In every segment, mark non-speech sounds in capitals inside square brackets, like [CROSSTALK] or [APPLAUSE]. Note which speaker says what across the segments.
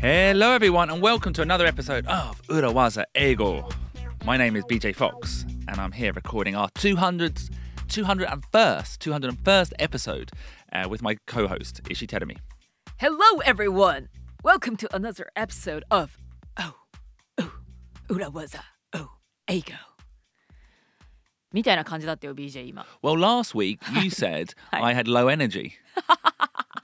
Speaker 1: Hello, everyone, and welcome to another episode of Urawaza Ego. My name is BJ Fox, and I'm here recording our 200th, 201st, 201st episode uh, with my co-host Ishi Terumi.
Speaker 2: Hello, everyone. Welcome to another episode of Oh, Oh, Urawaza, Oh, Ego. みたいな感じだったよ、BJ 今。
Speaker 1: Well, last week you said
Speaker 2: Hi.
Speaker 1: I had low energy.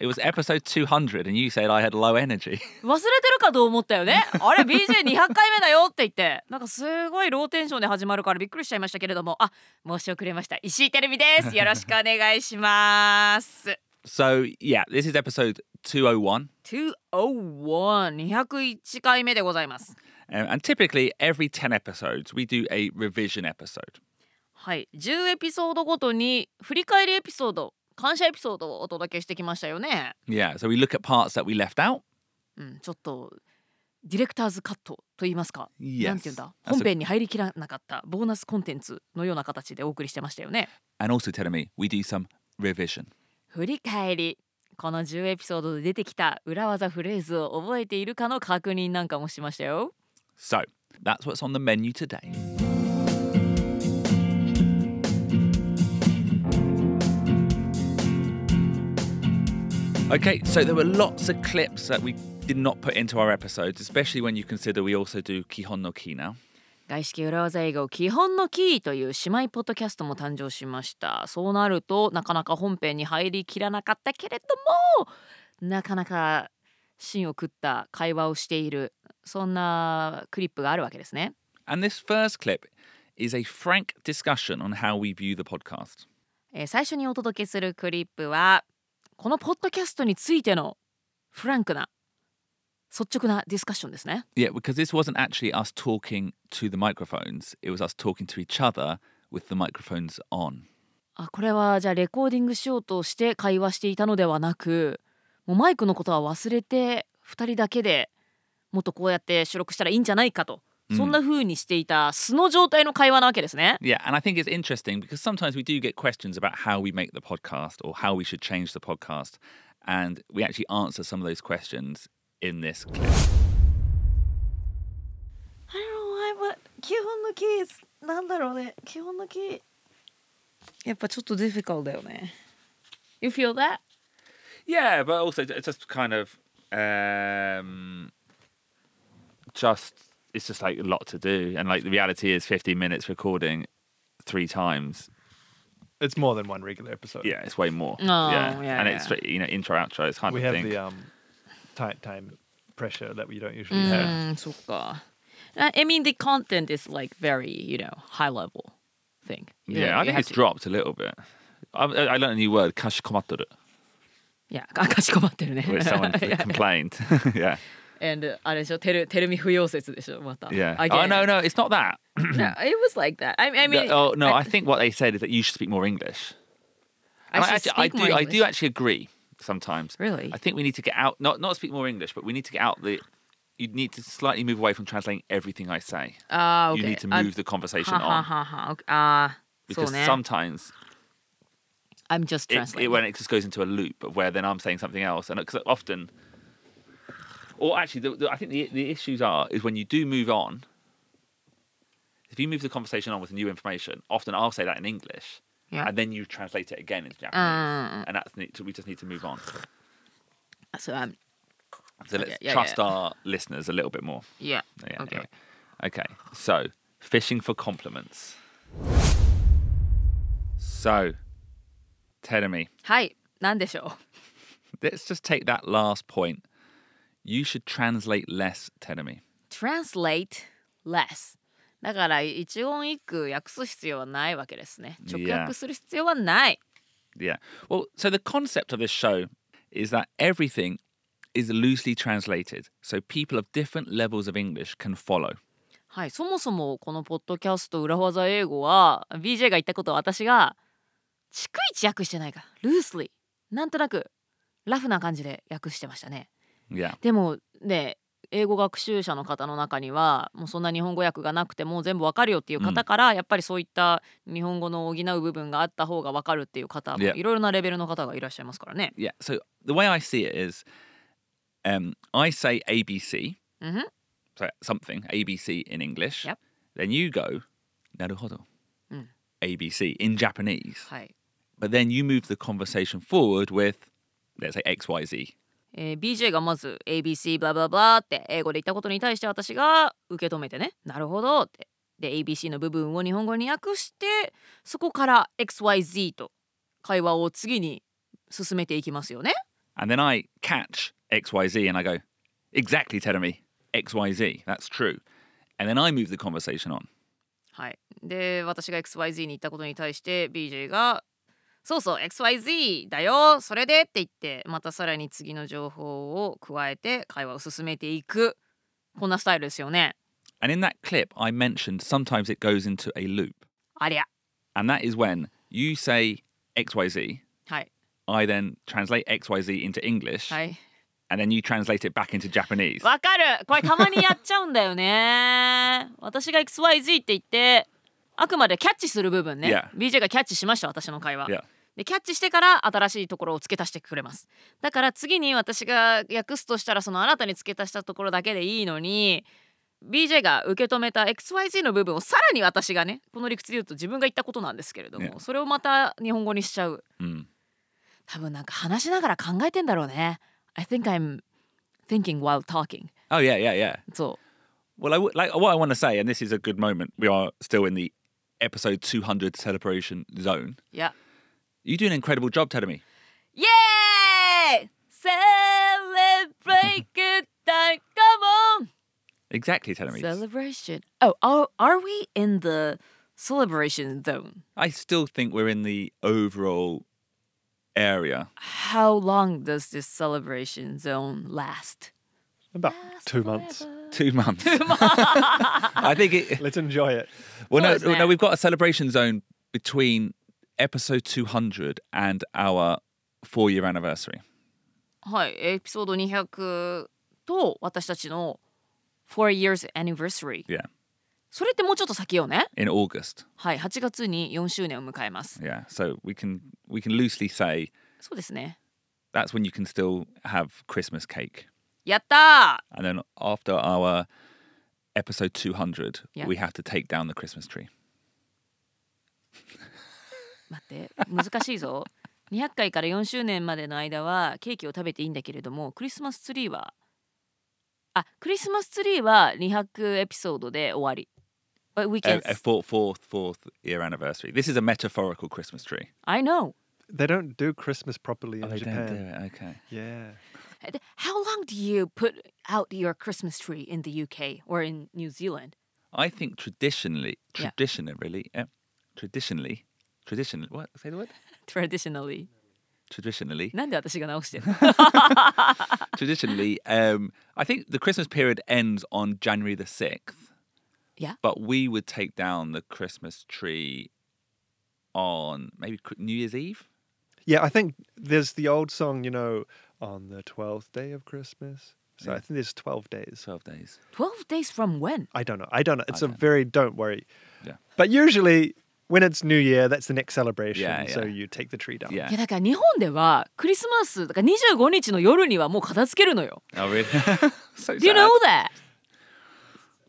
Speaker 1: it was episode 200, and you said I had low energy. [LAUGHS]
Speaker 2: 忘れてるかと思ったよ [LAUGHS] ね。あれ、BJ200 回目だよって言って、なんかすごいローテンションで始まるからびっくりしちゃいましたけれども、あ、申し遅れました。石井テレビです。よろしくお願いし [LAUGHS] ます。
Speaker 1: So yeah, this is episode 201.
Speaker 2: 201、201回目でございます。
Speaker 1: Um, and typically, every 10 episodes, we do a revision episode.
Speaker 2: はい、10エピソードごとに振り返りエピソード感謝エピソードをお届けしてきましたよね、
Speaker 1: Yeah, so we look at parts that we left out.
Speaker 2: うん、ちょっとディレクターズカットと言いますか、
Speaker 1: Yes.
Speaker 2: なんて言うんだ
Speaker 1: That's a-
Speaker 2: 本編に入りきらなかったボーナスコンテンツのような形でお送りしてましたよね
Speaker 1: And also, Terumi, we do some revision.
Speaker 2: 振り返りこの10エピソードで出てきた裏技フレーズを覚えているかの確認なんかもしましたよ
Speaker 1: So that's what's on the menu today. Okay, so there were lots of clips that we did not put into our episodes, especially when you consider we also do Kihon no Ki now.
Speaker 2: 外資系裏技英語基本のキーという姉妹ポッドキャストも誕生しましたそうなるとなかなか本編に入りきらなかったけれどもなかなか芯を食った会話をしているそんなクリップがあるわけですね
Speaker 1: And this first clip is a frank discussion on how we view the podcast.
Speaker 2: えー最初にお届けするクリップはこのポッドキャストについてのフランクな率直なディスカッションですね
Speaker 1: Yeah, because this wasn't actually us talking to the microphones, it was us talking to each other with the microphones on.
Speaker 2: あこれはじゃあレコーディングしようとして会話していたのではなくもうマイクのことは忘れて2人だけでもっとこうやって収録したらいいんじゃないかと、
Speaker 1: うん
Speaker 2: そんな風にしていた素の状態の会話なわけですね。
Speaker 1: Yeah, and I think it's interesting because sometimes we do get questions about how we make the podcast or how we should change the podcast. And we actually answer some of those questions in this clip.
Speaker 2: 基本のキーなんだろうね基本のキーやっぱちょっとディフィカルだよね。You feel that?
Speaker 1: Yeah, but also it's just kind of um just it's just like a lot to do and like the reality is 15 minutes recording three times.
Speaker 3: It's more than one regular episode.
Speaker 1: Yeah, it's way more.
Speaker 2: Oh, yeah,
Speaker 1: and
Speaker 2: yeah.
Speaker 1: it's you know intro outro it's hard
Speaker 3: We
Speaker 1: to
Speaker 3: have
Speaker 1: think.
Speaker 3: the um, tight time pressure that we don't
Speaker 2: う
Speaker 3: usually have.
Speaker 2: ん、そっか。I mean the content is like very you know high level thing. You know,
Speaker 1: yeah, I
Speaker 2: you
Speaker 1: think
Speaker 2: have
Speaker 1: it's
Speaker 2: to-
Speaker 1: dropped a little bit. I, I learned a new word, kashikomaturu,
Speaker 2: いや、 [LAUGHS] あかしこまってるね。
Speaker 1: which
Speaker 2: [LAUGHS]
Speaker 1: someone
Speaker 2: いや
Speaker 1: complained. [LAUGHS] yeah.
Speaker 2: And あれでしょ、テルテルミ不要説でしょ、また。
Speaker 1: Yeah.
Speaker 2: Again.
Speaker 1: Oh no, no, it's not that.
Speaker 2: No, it was like that. I, I mean,
Speaker 1: oh no, I, think what they said is that you should speak more English.
Speaker 2: I
Speaker 1: And
Speaker 2: should
Speaker 1: actually, I
Speaker 2: speak
Speaker 1: do
Speaker 2: more
Speaker 1: I do
Speaker 2: English.
Speaker 1: actually agree sometimes.
Speaker 2: Really?
Speaker 1: I think we need to get out not not speak more English, but we need to get out the you need to slightly move away from translating everything I say.
Speaker 2: ああ、
Speaker 1: You need
Speaker 2: okay.
Speaker 1: to
Speaker 2: あ
Speaker 1: move the conversation on
Speaker 2: はははは okay. ああ、そう
Speaker 1: because
Speaker 2: ね。
Speaker 1: sometimes
Speaker 2: I'm just
Speaker 1: it,
Speaker 2: translating.
Speaker 1: it, when it just goes into a loop of where then I'm saying something else, and because often, or actually, the, the, I think the the issues are is when you do move on. If you move the conversation on with new information, often I'll say that in English,
Speaker 2: Yeah.
Speaker 1: and then you translate it again into Japanese,
Speaker 2: Mm.
Speaker 1: and that's need to- we just need to move on.
Speaker 2: So I'm,
Speaker 1: So let's
Speaker 2: Okay, yeah,
Speaker 1: trust
Speaker 2: yeah.
Speaker 1: our listeners a little bit more.
Speaker 2: yeah.
Speaker 1: Yeah,
Speaker 2: okay.
Speaker 1: anyway. Okay. So, fishing for compliments. So, Terumi,
Speaker 2: はい、なんでしょ
Speaker 1: let's just take that last point. You should translate less, Terumi.
Speaker 2: う。Translate less. だから一音一句訳す必要はないわけですね。直
Speaker 1: Yeah.
Speaker 2: 訳する必要はない。
Speaker 1: Yeah. Well, so the concept of this show is that everything is loosely translated, so people of different levels of English can follow.
Speaker 2: はい、そもそもこのポッドキャスト裏技英語は BJ が言ったことは私が逐一訳してないから loosely なんとなくラフな感じで訳してましたね
Speaker 1: Yeah.
Speaker 2: でもね英語学習者の方の中にはもうそんな日本語訳がなくてもう全部わかるよっていう方から、やっぱりそういった日本語の補う部分があった方がわかるっていう方も
Speaker 1: Yeah.
Speaker 2: いろいろなレベルの方がいらっしゃいますからね。
Speaker 1: Yeah. So the way I see it is, um, I say ABC,
Speaker 2: うんふん
Speaker 1: so something ABC in English.
Speaker 2: Yep.
Speaker 1: Then you go, naruhodo,
Speaker 2: Mm.
Speaker 1: ABC in Japanese.
Speaker 2: はい。
Speaker 1: But then you move the conversation forward with, let's say X Y Z.
Speaker 2: えー BJ がまず ABC ブラブラブラって英語で言ったことに対して私が受け止めてねなるほどってで ABC の部分を日本語に訳してそこから XYZ と会話を次に進めていきますよね
Speaker 1: And then I catch XYZ and I go, exactly, Terumi, XYZ, that's true. And then I move the conversation on.
Speaker 2: はいで私が XYZ に言ったことに対して BJ がそうそう XYZ だよそれでって言ってまたさらに次の情報を加えて会話を進めていくこんなスタイルですよね
Speaker 1: And in that clip, I mentioned sometimes it goes into a loop.
Speaker 2: ありゃ
Speaker 1: And that is when you say XYZ,
Speaker 2: はい
Speaker 1: I then translate XYZ into English,
Speaker 2: はい。
Speaker 1: and then you translate it back into Japanese.
Speaker 2: わかるこれたまにやっちゃうんだ
Speaker 1: [LAUGHS]
Speaker 2: よね私が XYZ って言ってあくまでキャッチする部分ね、
Speaker 1: Yeah.
Speaker 2: BJ がキャッチしました私の会話、
Speaker 1: Yeah.
Speaker 2: でキャッチしてから新しいところを付け足してくれますだから次に私が訳すとしたらその新たに付け足したところだけでいいのに BJ が受け止めた XYZ の部分をさらに私がねこの理屈で言うと自分が言ったことなんですけれども、
Speaker 1: Yeah.
Speaker 2: それをまた日本語にしちゃう
Speaker 1: Mm.
Speaker 2: 多分なんか話しながら考えてんだろうね I think I'm thinking while talking
Speaker 1: Oh, yeah, yeah, yeah.
Speaker 2: そう
Speaker 1: Well, I w- like what I want to say, and this is a good moment. We are still in the episode 200 celebration zone.
Speaker 2: いや
Speaker 1: You do an incredible job, Terumi.
Speaker 2: イエーイセレブレイクタイカモン
Speaker 1: Exactly, Terumi.
Speaker 2: Celebration Oh, are, are we in the celebration zone?
Speaker 1: I still think we're in the overall [LAUGHS] area.
Speaker 2: How long does this celebration zone last?
Speaker 3: About two months.
Speaker 1: Two months. [LAUGHS] I think it.
Speaker 3: Let's enjoy it.
Speaker 1: Well, no,
Speaker 2: Close, man.
Speaker 1: no, we've got a celebration zone between episode 200 and our four-year anniversary.
Speaker 2: [LAUGHS] はい、エピソード200と私たちの4 years anniversary。
Speaker 1: Yeah,
Speaker 2: それってもうちょっと先よね。
Speaker 1: in August.
Speaker 2: はい、8月に4周年を迎えます。
Speaker 1: Yeah, so we can we can loosely say
Speaker 2: そうですね。
Speaker 1: that's when you can still have Christmas cake,
Speaker 2: やったー
Speaker 1: and then after our episode 200,
Speaker 2: Yeah.
Speaker 1: we have to take down the Christmas tree.
Speaker 2: 待って難しいぞ200回から4周年までの間はケーキを食べていいんだけれどもクリスマスツリーはあクリスマスツリーは200エピソードで終わり But we
Speaker 1: A,
Speaker 2: can
Speaker 1: a fourth, fourth, fourth year anniversary. This is a metaphorical Christmas tree.
Speaker 2: I know
Speaker 3: They don't do Christmas properly in
Speaker 1: Oh, they
Speaker 3: Japan.
Speaker 1: don't do it. Okay.
Speaker 3: Yeah.
Speaker 2: How long do you put out your Christmas tree in the UK or in New Zealand? [LAUGHS]
Speaker 1: I think traditionally,
Speaker 2: Yeah.
Speaker 1: traditionally, really, eh, traditionally, traditionally, what say the word?
Speaker 2: Traditionally
Speaker 1: Traditionally,
Speaker 2: [LAUGHS] なんで私が直してる
Speaker 1: traditionally, um, I think the Christmas period ends on January the sixth.
Speaker 2: Yeah.
Speaker 1: But we would take down the Christmas tree on maybe Cri- New Year's Eve.
Speaker 3: Yeah, I think there's the old song, you know, on the 12th day of Christmas. So I
Speaker 1: Yeah.
Speaker 3: think there's 12 days.
Speaker 1: Twelve days.
Speaker 2: 12 days from when?
Speaker 3: I don't know. I don't know. It's a
Speaker 1: don't know.
Speaker 3: very don't worry.
Speaker 1: Yeah.
Speaker 3: But usually when it's New Year, that's the next celebration.
Speaker 1: Yeah,
Speaker 3: So
Speaker 1: yeah.
Speaker 3: you take the tree down.
Speaker 1: Yeah.
Speaker 2: いやだから日本ではクリスマスだから25日の夜にはもう片付けるのよ
Speaker 1: Oh really? [LAUGHS] so
Speaker 2: Do
Speaker 1: sad.
Speaker 2: you know that?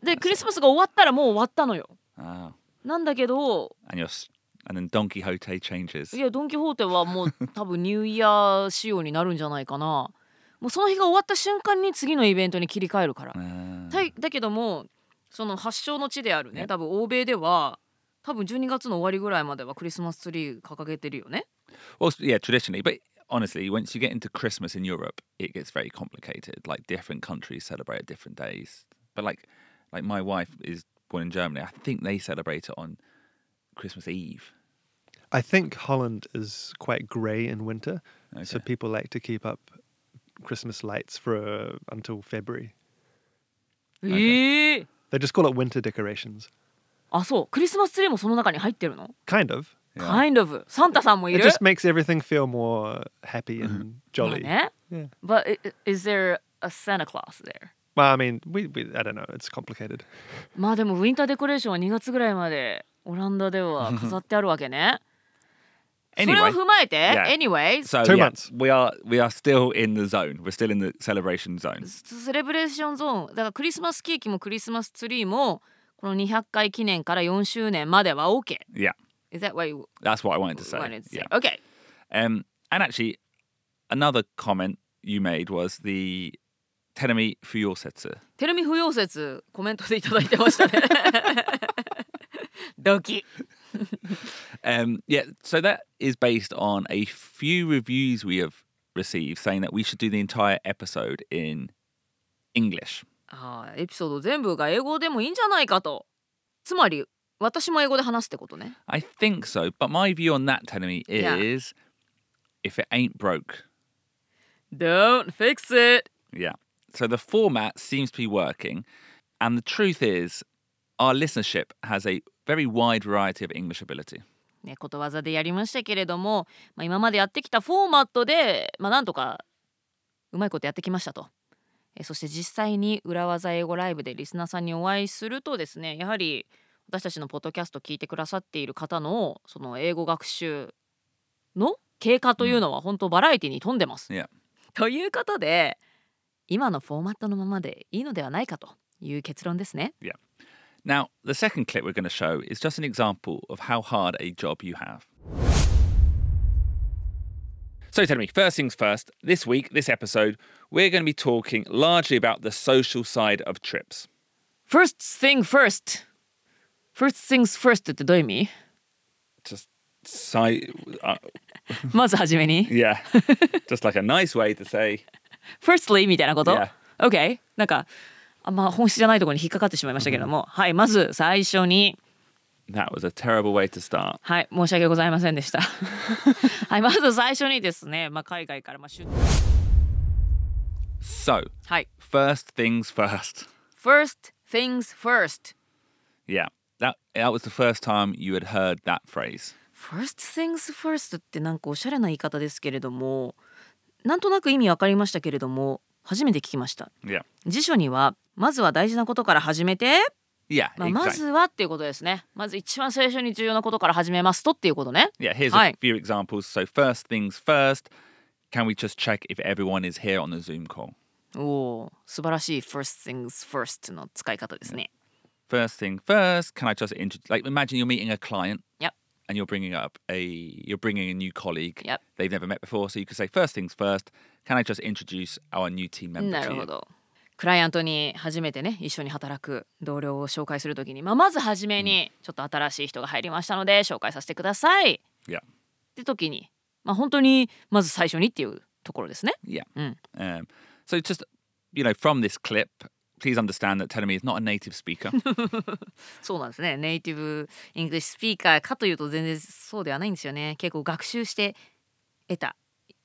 Speaker 2: でクリスマスが終わったらもう終わったのよ
Speaker 1: Oh,
Speaker 2: なんだけど
Speaker 1: and you're, s- and then Don Quixote changes.
Speaker 2: いやドン・キホーテはもう多分ニューイヤー仕様になるんじゃないかなもうその日が終わった瞬間に次のイベントに切り替えるから、
Speaker 1: Ah.
Speaker 2: だいだけどもその発祥の地であるね
Speaker 1: ね
Speaker 2: 多分欧米では多分12月の終わりぐらいまではクリスマスツリー掲げてるよね
Speaker 1: Well, s- yeah, traditionally, but honestly, once you get into Christmas in Europe, it gets very complicated. Like different countries celebrate at different days. But like, like my wife is born in Germany. I think they celebrate it on Christmas Eve.
Speaker 3: I think Holland is quite grey in winter. So
Speaker 1: Okay.
Speaker 3: people like to keep up Christmas lights for uh, until February.
Speaker 2: ええ
Speaker 3: They just call it winter decorations.
Speaker 2: あそうクリスマスツリーもその中に入ってるの、
Speaker 3: Kind of.
Speaker 1: Yeah.
Speaker 2: Kind of サンタさんもい
Speaker 3: It
Speaker 2: る
Speaker 3: just makes everything feel more happy and
Speaker 2: まあ
Speaker 3: jolly.
Speaker 2: ね
Speaker 3: Yeah.
Speaker 2: But i- i- is there a Santa Claus there?
Speaker 3: Well, I mean, we, we I don't know. It's complicated.
Speaker 2: まあでもウィンターデコレーションは2月ぐらいまでオランダでは飾ってあるわけね。それを
Speaker 1: [LAUGHS] Anyway,
Speaker 2: 踏まえて、
Speaker 1: Yeah.
Speaker 2: anyway,
Speaker 1: so
Speaker 3: Two
Speaker 1: yeah,
Speaker 3: months.
Speaker 1: we are we are still in the zone. We're still in the celebration zone.
Speaker 2: セレブレーションゾーンだからクリスマスケーキもクリスマスツリーもこの200回記念から4周年までは OK。
Speaker 1: Yeah,
Speaker 2: Is that what you
Speaker 1: that's what I wanted to say.
Speaker 2: wanted to say?
Speaker 1: Yeah.
Speaker 2: OK.
Speaker 1: Um, and actually, another comment you made was the Tenemi Fuyorsetsu.
Speaker 2: テルミ不要説コメントでいただいてましたね。 [LAUGHS] ドキ。
Speaker 1: Um, yeah, so that is based on a few reviews we have received saying that we should do the entire episode in English.
Speaker 2: あーエピソード全部が英語でもいいんじゃないかと。つまり私も英語で話すってことね。
Speaker 1: I think so, but my view on that, Tenemi,
Speaker 2: Yeah.
Speaker 1: is if it ain't broke,
Speaker 2: Don't fix it.
Speaker 1: Yeah. So the format seems to be working. And the truth is, our listenership has a very wide variety of English ability.
Speaker 2: ね、ことわざでやりましたけれども、まあ、今までやってきたフォーマットで、まあ、なんとかうまいことやってきましたと。えそして実際に裏技英語ライブでリスナーさんにお会いするとですねやはり私たちのポッドキャスト聞いてくださっている方のその英語学習の経過というのは本当バラエティに富んでます。
Speaker 1: Yeah.
Speaker 2: ということで今のフォーマットのままでいいのではないかという結論ですね。
Speaker 1: Now, the second clip we're going to show is just an example of how hard a job you have. So tell me, first things first, this week, this episode, we're going to be talking largely about the social side of trips.
Speaker 2: First thing first First things first ってどういう意味
Speaker 1: Just side, uh,
Speaker 2: まずはじめに
Speaker 1: yeah, just like a nice way to say
Speaker 2: Firstly みたいなこと、
Speaker 1: Yeah.
Speaker 2: ?OK? なんかあんま本質じゃないところに引っかかってしまいましたけども、はいまず最初に
Speaker 1: that was a terrible way to start.
Speaker 2: はい申し訳ございませんでしたはいまず最初にですね、まあ、海外からまあ出
Speaker 1: So,
Speaker 2: はい
Speaker 1: first things first.
Speaker 2: First things first
Speaker 1: Yeah. That that was the first time you had heard that phrase.
Speaker 2: First things first ってなんかおしゃれな言い方ですけれどもなんとなく意味わかりましたけれども初めて聞きました
Speaker 1: Yeah.
Speaker 2: 辞書にはまずは大事なことから始めて
Speaker 1: Yeah.
Speaker 2: まあ、ま
Speaker 1: exactly.
Speaker 2: ずはっていうことですね。まず一番最初に重要なことから始めますとっていうことね。
Speaker 1: Yeah, here's a
Speaker 2: Hi.
Speaker 1: few examples. So first things first, can we just check if everyone is here on the Zoom call?
Speaker 2: おおー、素晴らしい first things first の使い方ですね。
Speaker 1: First thing first, can I just introduce like imagine you're meeting a client.
Speaker 2: Yep.
Speaker 1: And you're bringing up a you're bringing a new colleague
Speaker 2: Yep.
Speaker 1: they've never met before, so you could say first things first. Can I just introduce our new team member
Speaker 2: な
Speaker 1: to
Speaker 2: るほ
Speaker 1: you?
Speaker 2: ど。クライアントに初めてね一緒に働く同僚を紹介するときに、まあ、まず初めにちょっと新しい人が入りましたので紹介させてくださいっ
Speaker 1: Yeah,
Speaker 2: て時に、まあ、本当にまず最初にっていうところですね。
Speaker 1: yeah.
Speaker 2: うん、
Speaker 1: Um, so just you know from this clip, please understand that Telemi is not a native
Speaker 2: [LAUGHS]
Speaker 1: speaker.
Speaker 2: そうなんですね。ネイティブイングリッシュスピーカーかというと全然そうではないんですよね。結構学習して得た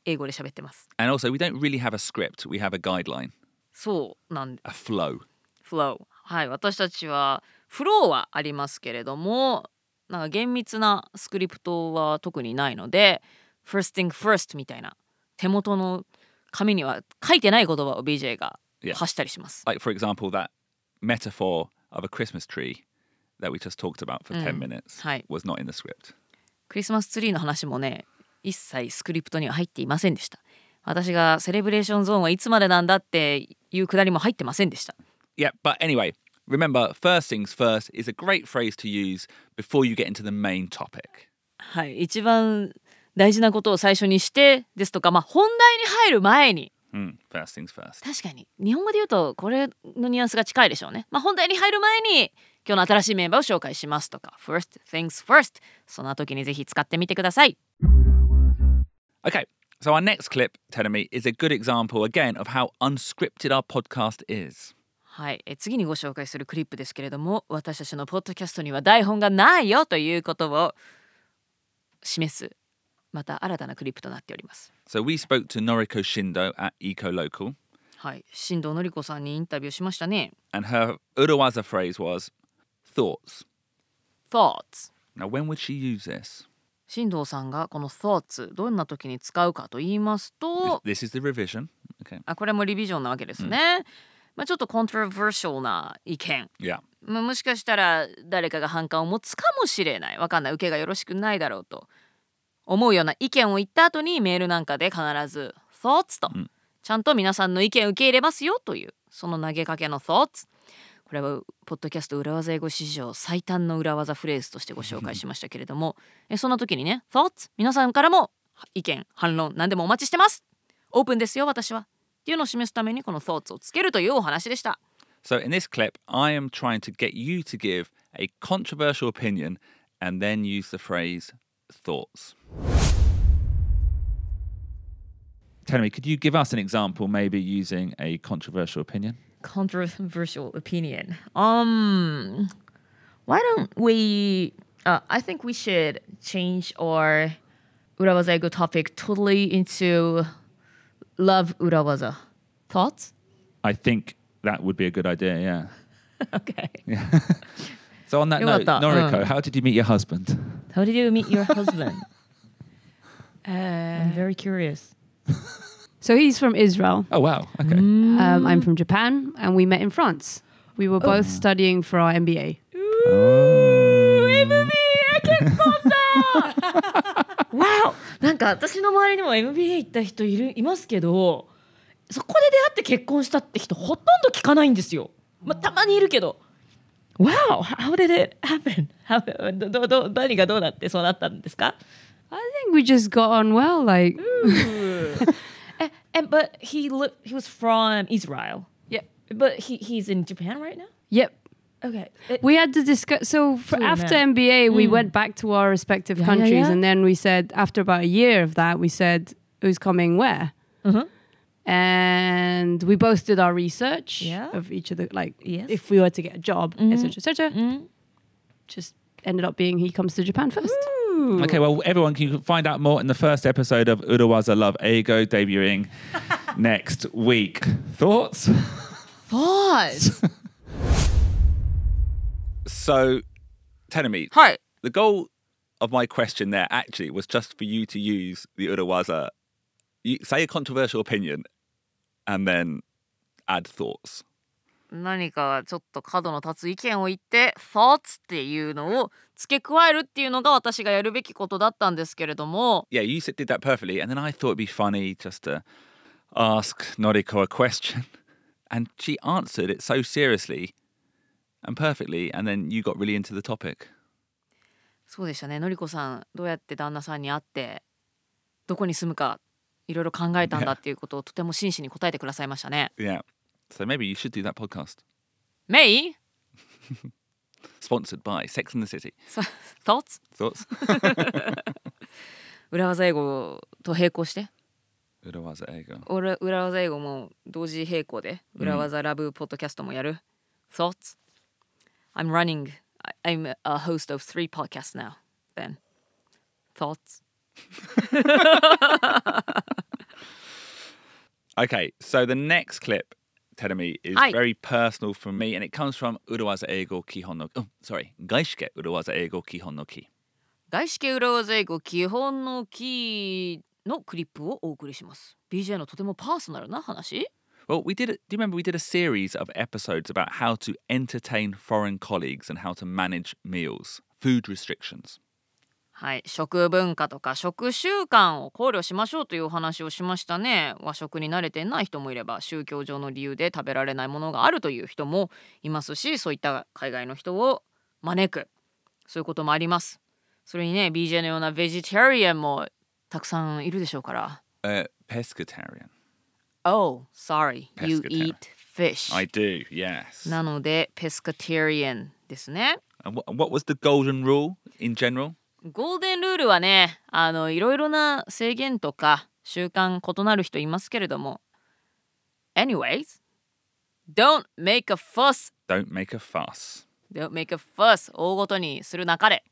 Speaker 2: 英語で喋ってます。
Speaker 1: And also, we don't really have a script. We have a guideline,
Speaker 2: そうなん
Speaker 1: a flow.
Speaker 2: フローはい私たちはフローはありますけれどもなんか厳密なスクリプトは特にないので first thing first みたいな手元の紙には書いてない言葉を BJ が
Speaker 1: Yeah.
Speaker 2: 発したりします。
Speaker 1: Like, for example, that metaphor of a Christmas tree that we just talked about for 10 minutes
Speaker 2: Hi.
Speaker 1: was not in the script.
Speaker 2: クリスマスツリーの話もね一切スクリプトには入っていませんでした。私がセレブレーションゾーンはいつまでなんだっていうくだりも入ってませんでした。
Speaker 1: Yeah, but anyway, remember, first things first is a great phrase to use before you get into the main topic.
Speaker 2: はい一番大事なことを最初にしてですとかまあ本題に入る前に
Speaker 1: Hmm, first things first.
Speaker 2: 確かに日本語で言うとこれのニュアンスが近いでしょうね。まあ、本題に入る前に今日の新しいメンバーを紹介しますとか First things first そんな時にぜひ使ってみてください。
Speaker 1: Okay, so our next clip, Tenemi, is a good example again of how unscripted our podcast is.
Speaker 2: はい、え次にご紹介するクリップですけれども私たちのポッドキャストには台本がないよということを示すまた新たなクリップとなっております。
Speaker 1: So we spoke to Noriko Shindo at Eco Local,
Speaker 2: はい、新藤典子さんにインタビューしましたね。
Speaker 1: and her Urawaza phrase was thoughts.
Speaker 2: Thoughts
Speaker 1: Now, when would she use this?
Speaker 2: 新藤さんがこの thoughts どんな時に使うかと言いますと
Speaker 1: This, this is the revision. Okay.
Speaker 2: あこれもリビジョンなわけですね。
Speaker 4: まあ、ちょっとコントロバーシャルな意見
Speaker 1: Yeah.
Speaker 4: まあ、もしかしたら誰かが反感を持つかもしれないわかんない受けがよろしくないだろうと思うような意見を言った後にメールなんかで必ず「thoughts」と、
Speaker 1: うん
Speaker 4: ちゃんと皆さんの意見受け入れますよというその投げかけの「thoughts」これはポッドキャスト裏技英語史上最短の裏技フレーズとしてご紹介しましたけれどもえそんな時にね「thoughts」皆さんからも意見反論何でもお待ちしてますオープンですよ私はっていうのを示すためにこの「thoughts」をつけるというお話でした
Speaker 1: So in this clip, I am trying to get you to give a controversial opinion and then use the phrase thoughts. Tell me, could you give us an example, maybe using a controversial opinion?
Speaker 4: controversial opinion. Um, why don't we? Uh, I think we should change our urawaza ego topic totally into love urawaza. Thoughts? [LAUGHS]
Speaker 1: I think that would be a good idea, yeah.
Speaker 4: Okay.
Speaker 1: So on that
Speaker 4: You
Speaker 1: note,
Speaker 4: got that,
Speaker 1: Noriko,
Speaker 4: uh.
Speaker 1: how did you meet your husband?
Speaker 4: How did you meet your husband? I'm very curious.
Speaker 5: So he's from Israel.
Speaker 1: Oh wow, okay.
Speaker 5: Um,
Speaker 4: Mm.
Speaker 5: I'm from Japan, and we met in France. We were both
Speaker 4: Oh.
Speaker 5: studying for our MBA.
Speaker 1: Mm.
Speaker 4: MBA 結婚だわおなんか私の周りにも MBA 行った人いるいますけどそこで出会って結婚したって人ほとんど聞かないんですよ、まあ、たまにいるけど Wow, how did it happen? How, どどど何がどうなってそうなったんですか
Speaker 5: [LAUGHS] I think we just got on well. Like,
Speaker 4: Mm. and, and, But he, look, he was from Israel
Speaker 5: yep,
Speaker 4: But he, he's in Japan right now?
Speaker 5: yep.
Speaker 4: Okay.
Speaker 5: We had to discuss. So for
Speaker 4: Cool,
Speaker 5: after
Speaker 4: man. Mm.
Speaker 5: MBA, we went back to our respective
Speaker 4: Yeah, yeah,
Speaker 5: countries,
Speaker 4: yeah.
Speaker 5: and then we said after about a year of that, we said who's coming where,
Speaker 4: Mhm.
Speaker 5: and we both did our research
Speaker 4: Yeah.
Speaker 5: of each of the like
Speaker 4: Yes. Mm-hmm.
Speaker 5: if we were to get a job,
Speaker 4: Mhm.
Speaker 5: etc., etc. Just ended up being he comes to Japan first.
Speaker 4: Mm.
Speaker 1: Okay, well, everyone, you can find out more in the first episode of Urawaza Love Ego debuting next week. Thoughts?
Speaker 4: Thoughts.
Speaker 1: So, Tenemi,
Speaker 4: はい。
Speaker 1: the goal of my question there actually was just for you to use the Urawaza, you, say a controversial opinion, and then add thoughts.
Speaker 4: 何かちょっと角の立つ意見を言って「thoughts」っていうのを付け加えるっていうのが私がやるべきことだったんですけれども
Speaker 1: Yeah, you s- did that perfectly. And then I thought it'd be funny just to ask Noriko a question. [LAUGHS] And she answered it so seriously and perfectly. And then you got really into the topic.
Speaker 4: そうでしたねのりこさんどうやって旦那さんに会ってどこに住むかいろいろ考えたんだっていうことをとても真摯に答えてくださいましたね。
Speaker 1: Yeah. So maybe you should do that podcast.
Speaker 4: メイ [LAUGHS]
Speaker 1: Sponsored by Sex and the City.
Speaker 4: thoughts
Speaker 1: [LAUGHS] Thoughts?
Speaker 4: 裏技英語と並行して
Speaker 1: Otherwise, there you go.
Speaker 4: 俺裏技英語も同時並行で裏技ラブポッドキャストもやる、thoughts I'm running I- I'm a host of three podcasts now then thoughts
Speaker 1: Okay, so the next clip, Tedemi, is
Speaker 4: Aye.
Speaker 1: very personal for me, and it comes from Urawaza Eigo Kihon no Oh, sorry, Gaishke Urawaza Eigo Kihon no Ki.
Speaker 4: 外資系裏技英語基本のキーのクリップをお送りします BJ のとてもパーソナルな話
Speaker 1: Well, we did. A, do you remember we did a series of episodes about how to entertain foreign colleagues and how to manage meals, food restrictions?
Speaker 4: はい食文化とか食習慣を考慮しましょうというお話をしましたね和食に慣れてない人もいれば宗教上の理由で食べられないものがあるという人もいますしそういった海外の人を招くそういうこともありますそれにね BJ のようなベジタリアンもたくさんいるでしょうから
Speaker 1: Uh, pescatarian.
Speaker 4: Oh sorry you
Speaker 1: Pescatarian.
Speaker 4: eat fish
Speaker 1: I do. Yes.
Speaker 4: なのでペスカテリアンですね
Speaker 1: And wh- what was the golden rule in general?
Speaker 4: ゴールデンルールはねあのいろいろな制限とか習慣異なる人いますけれども Anyways Don't make a fuss
Speaker 1: Don't make a fuss.
Speaker 4: Don't make a fuss 大ごとにするなかれ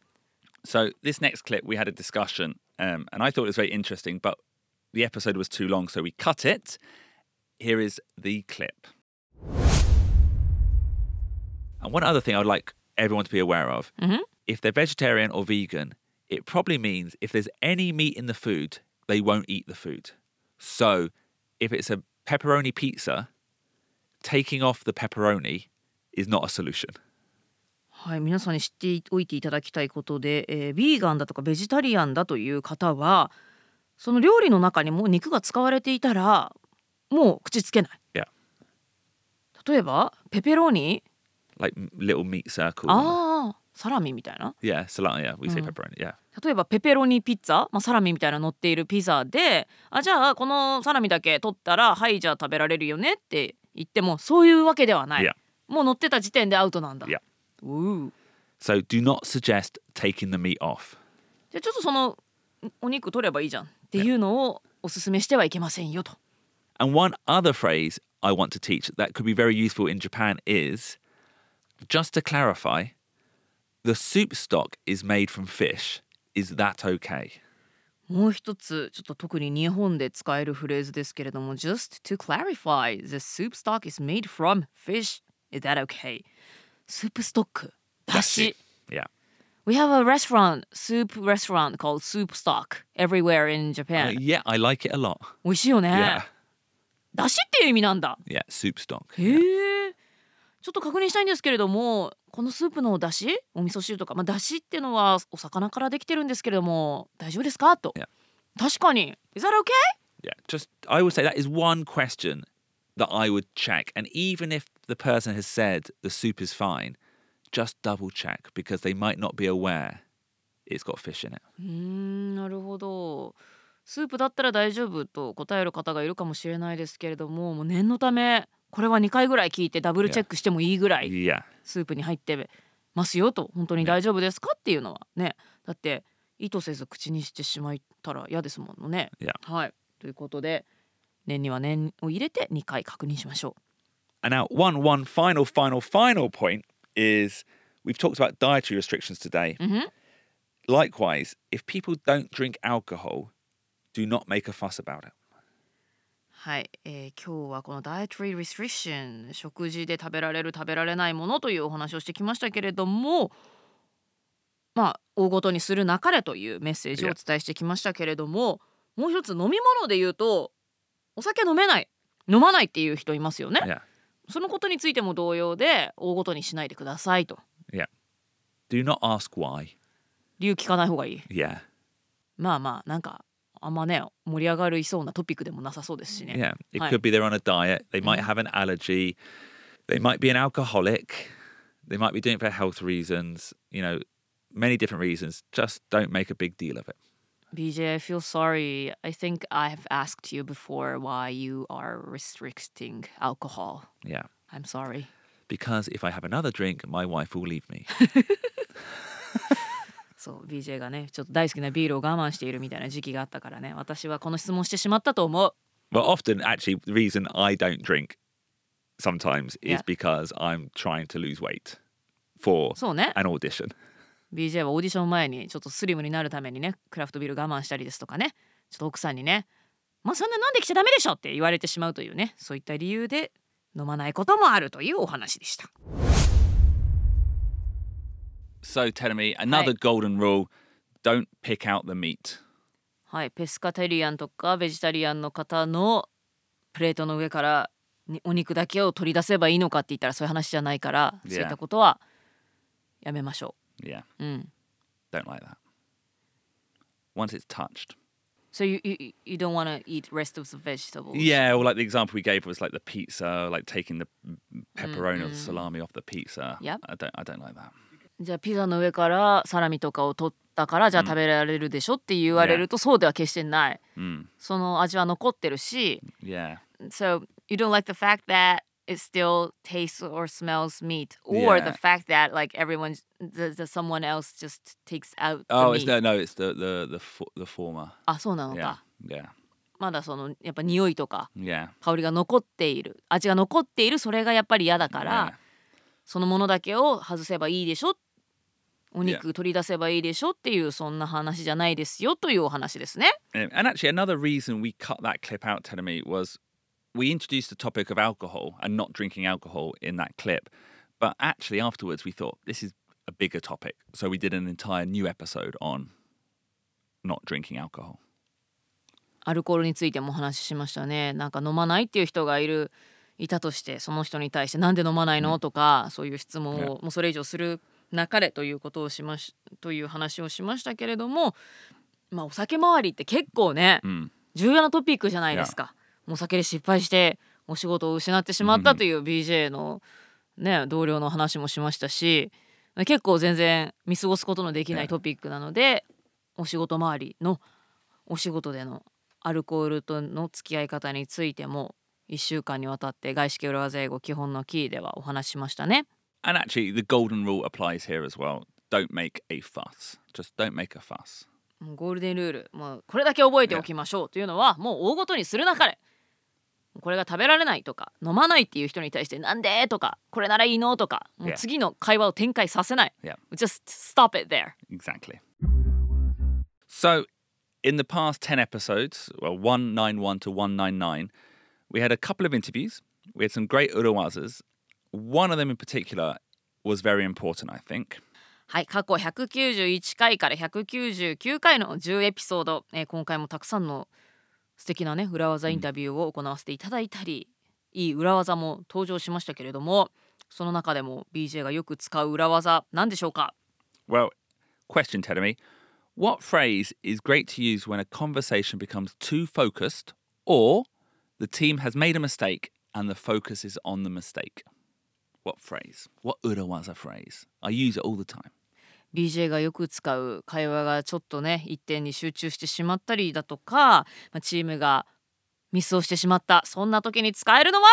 Speaker 1: So this next clip, we had a discussion, um, and I thought it was very interesting, but the episode was too long, so we cut it. Here is the clip. And one other thing I'd like everyone to be aware of:
Speaker 4: Mhm.
Speaker 1: if they're vegetarian or vegan, it probably means if there's any meat in the food, they won't eat the food. So, if it's a pepperoni pizza, taking off the pepperoni is not a solution.
Speaker 4: はい、皆さんに知っておいていただきたいことで、えー、ビーガンだとかベジタリアンだという方はその料理の中にもう肉が使われていたらもう口つけない
Speaker 1: Yeah.
Speaker 4: 例えばペペロニ
Speaker 1: Like m- little meat circle. and-
Speaker 4: ああサラミみたいな
Speaker 1: Yeah, salami. Yeah, we say
Speaker 4: Oh. Mm.
Speaker 1: pepperoni. Yeah.
Speaker 4: 例えばペペロニピッツァ、まあ、サラミみたいなの乗っているピザであじゃあこのサラミだけ取ったらはいじゃあ食べられるよねって言ってもそういうわけではない
Speaker 1: Yeah.
Speaker 4: もう乗ってた時点でアウトなんだ
Speaker 1: Yeah.
Speaker 4: うう
Speaker 1: So do not suggest taking the meat off.
Speaker 4: じゃあちょっとそのんお肉取ればいいじゃんっていうのをおすすめしてはいけませんよと
Speaker 1: And one other phrase I want to teach that could be very useful in Japan is just to clarify, the soup stock is made from fish. Is that okay?
Speaker 4: もう一つちょっと特に日本で使えるフレーズですけれども Just to clarify the soup stock is made from fish is that okay スープストックだし
Speaker 1: Yeah.
Speaker 4: We have a restaurant soup restaurant called soup stock everywhere in
Speaker 1: Uh,
Speaker 4: Japan、
Speaker 1: yeah, I like it a lot.
Speaker 4: 美味しいよね、
Speaker 1: Yeah.
Speaker 4: だしっていう意味なんだ
Speaker 1: Yeah, soup stock.
Speaker 4: へえ。ちょっと確認したいんですけれども、このスープの出汁、お味噌汁とか、まあ出汁ってのはお魚からできてるんですけれども、大丈夫ですかと。
Speaker 1: Yeah.
Speaker 4: 確かに。Is that okay?
Speaker 1: Yeah, just I would say that is one question that I would check, and even if the person has said the soup is fine, just double check because they might not be aware it's got fish in it.
Speaker 4: うーん、なるほど。スープだったら大丈夫と答える方がいるかもしれないですけれども、もう念のためこれは2回ぐらい聞いてダブルチェックしてもいいぐらい
Speaker 1: Yeah,
Speaker 4: スープに入ってますよと本当に大丈夫ですかっていうのはねだって意図せず口にしてしまったら嫌ですものね。
Speaker 1: いや
Speaker 4: はいということで念には念を入れて2回確認しましょ
Speaker 1: and now one one final final final point is we've talked about dietary restrictions today.
Speaker 4: う。うんふん
Speaker 1: Likewise, if people don't drink alcohol, do not make a fuss about it.
Speaker 4: はい、えー今日はこの dietary restriction 食事で食べられる食べられないものというお話をしてきましたけれどもまあ大ごとにするなかれというメッセージをお伝えしてきましたけれどももう一つ飲み物で言うとお酒飲めない飲まないっていう人いますよね。
Speaker 1: Yeah,
Speaker 4: そのことについても同様で大ごとにしないでくださいと
Speaker 1: do not ask why.
Speaker 4: 理由聞かない方がいい
Speaker 1: Yeah,
Speaker 4: まあまあなんかあんまね盛り上がりそうなトピックでもなさそうですしね
Speaker 1: yeah. Mm-hmm. It
Speaker 4: Hi.
Speaker 1: could be they're on a diet. They might have an allergy. They might be an alcoholic. They might be doing it for health reasons. You know, many different reasons. Just don't make a big deal of it.
Speaker 4: BJ I feel sorry I think I've asked you before why you are restricting alcohol
Speaker 1: Yeah,
Speaker 4: I'm sorry
Speaker 1: because if I have another drink, my wife will leave me.
Speaker 4: そう BJ がねちょっと大好きなビールを我慢しているみたいな時期があったからね私はこの質問してしまったと思う
Speaker 1: well, often actually, the reason I don't drink sometimes is
Speaker 4: Yeah.
Speaker 1: because I'm trying to lose weight for
Speaker 4: そうね
Speaker 1: an audition.
Speaker 4: BJ はオーディション前にちょっとスリムになるためにねクラフトビール我慢したりですとかねちょっと奥さんにね「まあそんな飲んできちゃダメでしょ」って言われてしまうというねそういった理由で飲まないこともあるというお話でした。
Speaker 1: So, tell me another golden rule: don't pick out the meat.
Speaker 4: はい、ペスカテリアンとかベジタリアンの方のプレートの上からにお肉だけを取り出せばいいのかって言ったらそういう話じゃないから、
Speaker 1: Yeah.
Speaker 4: そういったことはやめましょ
Speaker 1: Yeah,
Speaker 4: う。うん。
Speaker 1: don't like that. Once it's touched.
Speaker 4: So you, you, you don't want to eat rest of the vegetables?
Speaker 1: Yeah, well, like the example we gave was like the pizza, like taking the pepperoni or the salami off the pizza.
Speaker 4: Mm-hmm. Yep.
Speaker 1: I don't, I don't like that.
Speaker 4: じゃあピザの上からサラミとかを取ったからじゃあ食べられるでしょって言われるとそうでは決してない。
Speaker 1: Mm.
Speaker 4: その味は残ってるし。
Speaker 1: Yeah,
Speaker 4: So you don't like the fact that it still tastes or smells meat or
Speaker 1: Yeah.
Speaker 4: the fact that like everyone the, the someone else just takes out the
Speaker 1: Oh, it's
Speaker 4: meat.
Speaker 1: no, no, it's the the the fo- the former.
Speaker 4: あ、そうなの
Speaker 1: Yeah,
Speaker 4: か。
Speaker 1: yeah,
Speaker 4: まだそのやっぱ匂いとか
Speaker 1: yeah.
Speaker 4: 香りが残っている、味が残っているそれがやっぱり嫌だから、そのものだけを外せばいいでしょ。お肉取り出せばいいでしょっていうそんな話じゃないですよというお話ですね。
Speaker 1: yeah. Um, And actually, another reason we cut that clip out, Tenemy, was we introduced the topic of alcohol and not drinking alcohol in that clip. But actually, afterwards, we thought this is a bigger topic, so we did an entire new episode on not drinking alcohol.
Speaker 4: アルコールについてもお話ししましたねなんか飲まないっていう人がいるいたとしてその人に対して「なんで飲まないの?」とかそういう質問をもうそれ以上するなかれということをしましという話をしましたけれども、まあ、お酒周りって結構ね
Speaker 1: Mm.
Speaker 4: 重要なトピックじゃないですか。お酒で失敗してお仕事を失ってしまったという BJ の、ね、同僚の話もしましたし結構全然見過ごすことのできな
Speaker 1: ね
Speaker 4: いトピックなのでお仕事周りのお仕事でのアルコールとの付き合い方についても1週間にわたって外資系裏技英語基本のキーではお話ししましたね。
Speaker 1: And actually, the golden rule applies here as well. Don't make a fuss. Just don't make a fuss.
Speaker 4: もうゴールデンルールもうこれだけ覚えておきましょうというのはもう大ごとにするなかれこれが食べられないとか飲まないっていう人に対してなんでとかこれならいいのとかもう
Speaker 1: Yeah.
Speaker 4: 次の会話を展開させない、
Speaker 1: Yeah.
Speaker 4: just stop it there
Speaker 1: Exactly. So, in the past 10 episodes, well, 191 to 199, we had a couple of interviews. We had some great Uruwazas. One of them in particular was very important, I think.
Speaker 4: はい過去191回から199回の10エピソード、えー今回もたくさんの素敵なね裏技インタビューを行わせていただいたり、いい裏技も登場しましたけれどもその中でも BJ がよく使う裏技なんでしょうか
Speaker 1: Well, question, Tedemi. What phrase is great to use when a conversation becomes too focused or the team has made a mistake and the focus is on the mistake? What phrase? What Urawaza phrase? I use it all the time.
Speaker 4: BJ がよく使う会話がちょっとね一点に集中してしまったりだとか、まあ、チームがミスをしてしまったそんな時に使えるのは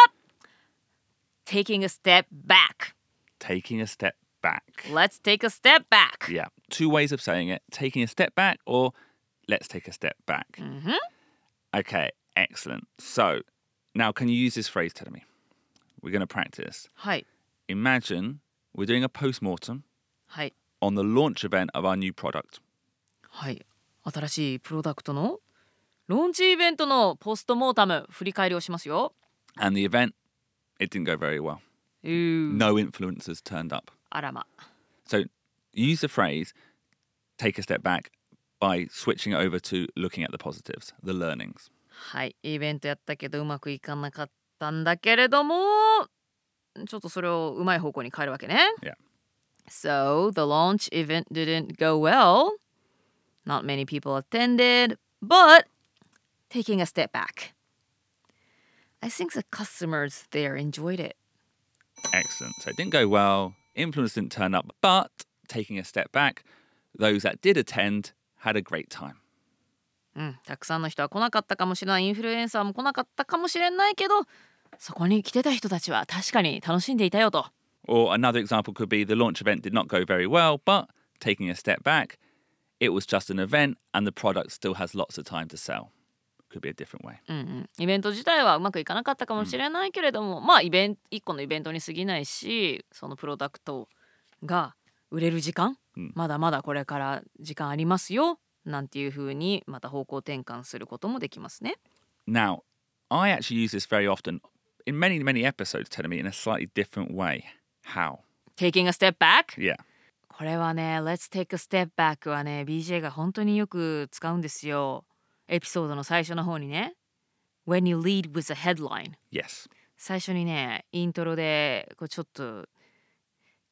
Speaker 4: Taking a step back
Speaker 1: Taking a step back.
Speaker 4: Let's take a step back
Speaker 1: Yeah, two ways of saying it taking a step back or let's take a step back. Mm-hmm. Okay, excellent. So now, can you use this phrase, Tedemi? We're going to practice.
Speaker 4: はい
Speaker 1: Imagine we're doing a post mortem.
Speaker 4: はい
Speaker 1: on the launch event of our new product.
Speaker 4: はい新しいプロダクトのローンチイベントのポストモータム振り返りをしますよ
Speaker 1: And the event, it didn't go very well.
Speaker 4: うー
Speaker 1: No influencers turned up.
Speaker 4: あらま
Speaker 1: So use the phrase take a step back by switching it over to looking at the positives, the learnings.
Speaker 4: はいイベントやったけどうまくいかなかったんだけれどもちょっとそれをうまい方向に変えるわけね
Speaker 1: Yeah.
Speaker 4: So the launch event didn't go well Not many people attended But taking a step back I think the customers there enjoyed it
Speaker 1: Excellent. So it didn't go well, influencers didn't turn up, but taking a step back, those that did attend had a great time.
Speaker 4: うん、たくさんの人は来なかったかもしれないインフルエンサーも来なかったかもしれないけどそこに来てた人たちは確かに楽しんでいたよと
Speaker 1: Or another example could be the launch event did not go very well, but taking a step back, it was just an event and the product still has lots of time to sell. Could be a different way.
Speaker 4: うんうん、イベント自体はうまくいかなかったかもしれないけれども、まあイベン一個のイベントに過ぎないしそのプロダクトが売れる時間、
Speaker 1: うん
Speaker 4: まだまだこれから時間ありますよなんていうふうにまた方向転換することもできますね。
Speaker 1: Now, I actually use this very often in many, many episodes, telling me in a slightly different way. How?
Speaker 4: Taking a step back
Speaker 1: Yeah.
Speaker 4: これはね「Let's take a step back」はね BJ が本当によく使うんですよ。エピソードの最初の方にね「When you lead with a headline」
Speaker 1: Yes.
Speaker 4: 最初にねイントロでこうちょっと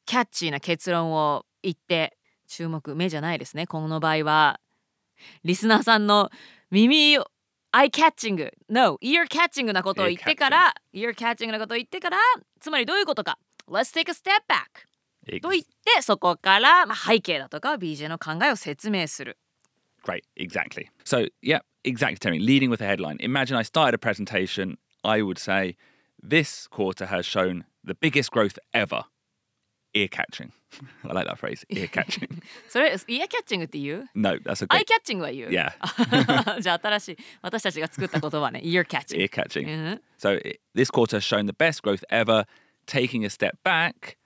Speaker 4: キャッチーな結論を言って注目目じゃないですねこの場合はリスナーさんの耳をアイキャッチング No イヤーキャッチングなことを言ってからイヤーキャッチングなことを言ってからつまりどういうことか Let's take a step back と言
Speaker 1: Ex-
Speaker 4: ってそこから、まあ、背景だとか BJ の考えを説明する [LAUGHS]
Speaker 1: Great. Exactly. So, yeah, exactly, Tony. Leading with a headline. Imagine I started a presentation. I would say, this quarter has shown the biggest growth ever. Ear catching. [LAUGHS] I like that phrase. Ear catching.
Speaker 4: それイヤーキャッチングって言う
Speaker 1: no, that's a
Speaker 4: アイ
Speaker 1: great.
Speaker 4: キャッチングは言う
Speaker 1: Yeah.
Speaker 4: [LAUGHS] じゃあ新しい私たちが作った言葉ねイヤーキャッチング
Speaker 1: Ear catching.
Speaker 4: うん
Speaker 1: So i- this quarter has shown the best growth ever. Taking a step back,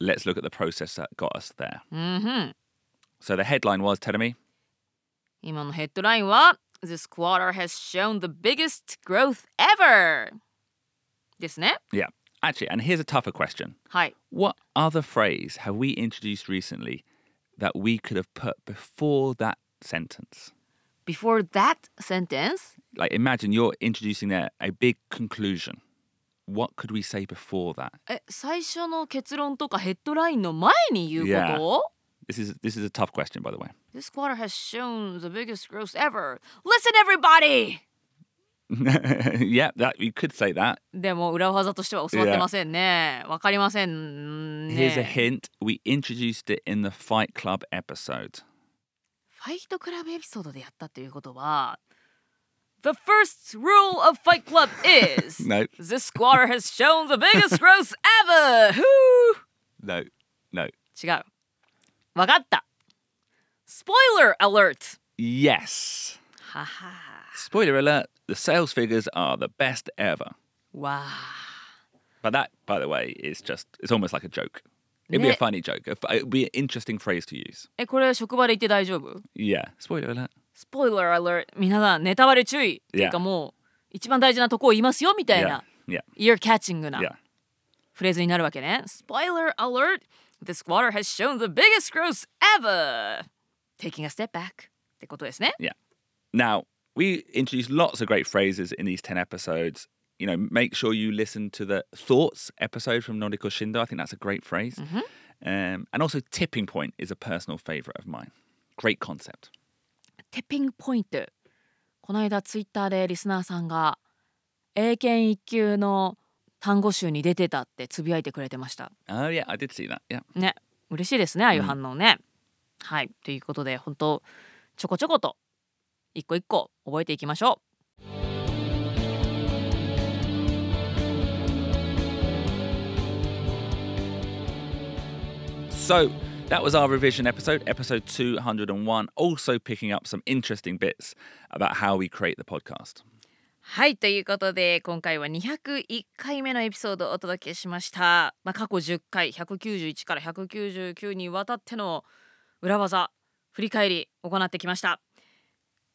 Speaker 1: let's look at the process that got us there.
Speaker 4: うんふん
Speaker 1: So the headline was telling me
Speaker 4: 今のヘッドラインは This quarter has shown the biggest growth ever ですね
Speaker 1: yeah. Actually, and here's a tougher question.
Speaker 4: はい
Speaker 1: What other phrase have we introduced recently that we could have put before that sentence?
Speaker 4: Before that sentence
Speaker 1: Like imagine you're introducing there a big conclusion. what could we say before that?
Speaker 4: え最初の結論とかヘッドラインの前に言うこと、
Speaker 1: This is this is a tough question, by the way. [LAUGHS]
Speaker 4: This quarter has shown the biggest growth ever. Listen, everybody!
Speaker 1: yeah, that you could say that.
Speaker 4: でも裏技としては教わってませんね。わかりません
Speaker 1: Here's a
Speaker 4: ね。
Speaker 1: hint. We introduced it in the Fight Club episode.
Speaker 4: ファイトクラブエピソードでやったということは。The first rule of Fight Club [LAUGHS] is
Speaker 1: No,
Speaker 4: This quarter has shown the biggest growth ever! Whoo!
Speaker 1: no, no.
Speaker 4: 違う。わかった。Spoiler alert!
Speaker 1: Yes.
Speaker 4: はは。
Speaker 1: Spoiler alert: the sales figures are the best ever.
Speaker 4: わあ。
Speaker 1: But that, by the way, is just—it's almost like a joke. It'd be a
Speaker 4: Ne-
Speaker 1: funny joke. A f- It'd be an interesting phrase to use.
Speaker 4: え、これ職場で言って大丈夫
Speaker 1: Yeah. Spoiler alert.
Speaker 4: Spoiler alert 皆さんネタバレ注意、っていうかもう一番大事なとこを言いますよみたい
Speaker 1: Yeah.
Speaker 4: な、
Speaker 1: Yeah.
Speaker 4: ear catching な
Speaker 1: Yeah.
Speaker 4: フレーズになるわけね Spoiler alert This water has shown the biggest growth ever Taking a step back ってことですね
Speaker 1: Now, we introduced lots of great phrases in these 10 episodes. You know, make sure you listen to the thoughts episode from Noriko Shindo. I think that's a great phrase. Um, and also, tipping point is a personal favorite of mine. Great concept.
Speaker 4: テッピングポイントこの間ツイッターでリスナーさんが英検一級の単語集に出てたってつぶやいてくれてました
Speaker 1: Oh, yeah, I did see that. Yeah.
Speaker 4: ね嬉しいですねああいう反応ね、はいということで本当ちょこちょこと一個一個覚えていきましょ
Speaker 1: So that was our revision episode, episode 201. Also, picking up some interesting bits about how we create the podcast.
Speaker 4: うはいということで今回は201回目のエピソードをお届けしました、まあ、過去10回191から199にわたっての裏技振り返り行ってきました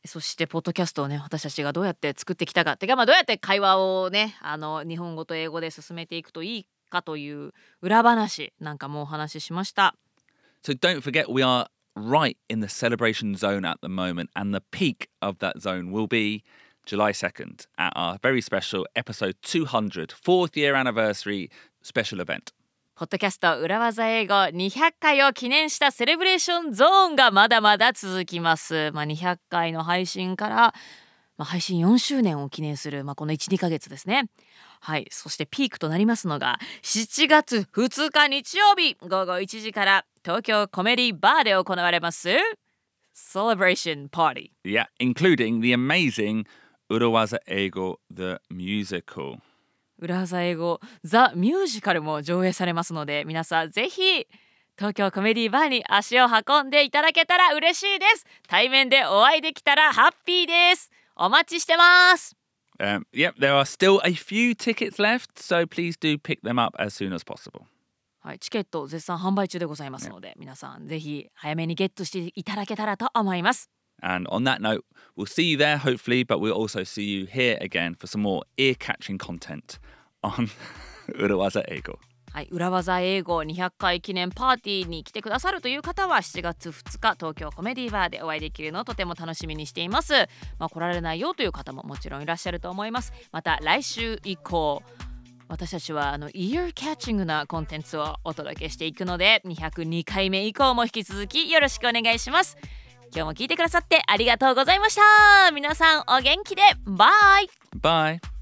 Speaker 4: そしてポッドキャストをね私たちがどうやって作ってきたかてかまあどうやって会話をねあの日本語と英語で進めていくといいかという裏話なんかもお話ししました。
Speaker 1: So don't forget, we are right in the celebration zone at the moment, and the peak of that zone will be July 2nd at our very special episode 200, fourth year anniversary special event.
Speaker 4: ポッドキャスト裏技英語200回を記念したセレブレーションゾーンがまだまだ続きます。まあ、200回の配信から、まあ、配信4周年を記念する、まあ、この1、2ヶ月ですね。はい。そしてピークとなりますのが7月2日日曜日午後1時から東京コメディバーで行われますセレブレーションパーティ
Speaker 1: Yeah,
Speaker 4: ー。
Speaker 1: including the amazing Urawaza Ego the musical.
Speaker 4: 裏技英語ザ・ミュージカルも上映されますので皆さんぜひ東京コメディバーに足を運んでいただけたら嬉しいです対面でお会いできたらハッピーですお待ちしてます
Speaker 1: Um, yep, there are still a few tickets left, so please do pick them up as soon as possible.
Speaker 4: はい、チケット絶賛販売中でございますので、皆さんぜひ早めにゲットしていただけたらと思います
Speaker 1: And on that note, we'll see you there hopefully, but we'll also see you here again for some more ear catching content on [LAUGHS] Urawaza Ego.
Speaker 4: はい、裏技英語200回記念パーティーに来てくださるという方は7月2日東京コメディバーでお会いできるのをとても楽しみにしています。まあ、来られないよという方ももちろんいらっしゃると思います。また来週以降私たちはあのイヤーキャッチングなコンテンツをお届けしていくので202回目以降も引き続きよろしくお願いします。今日も聞いてくださってありがとうございました。皆さんお元気でバイ
Speaker 1: Bye.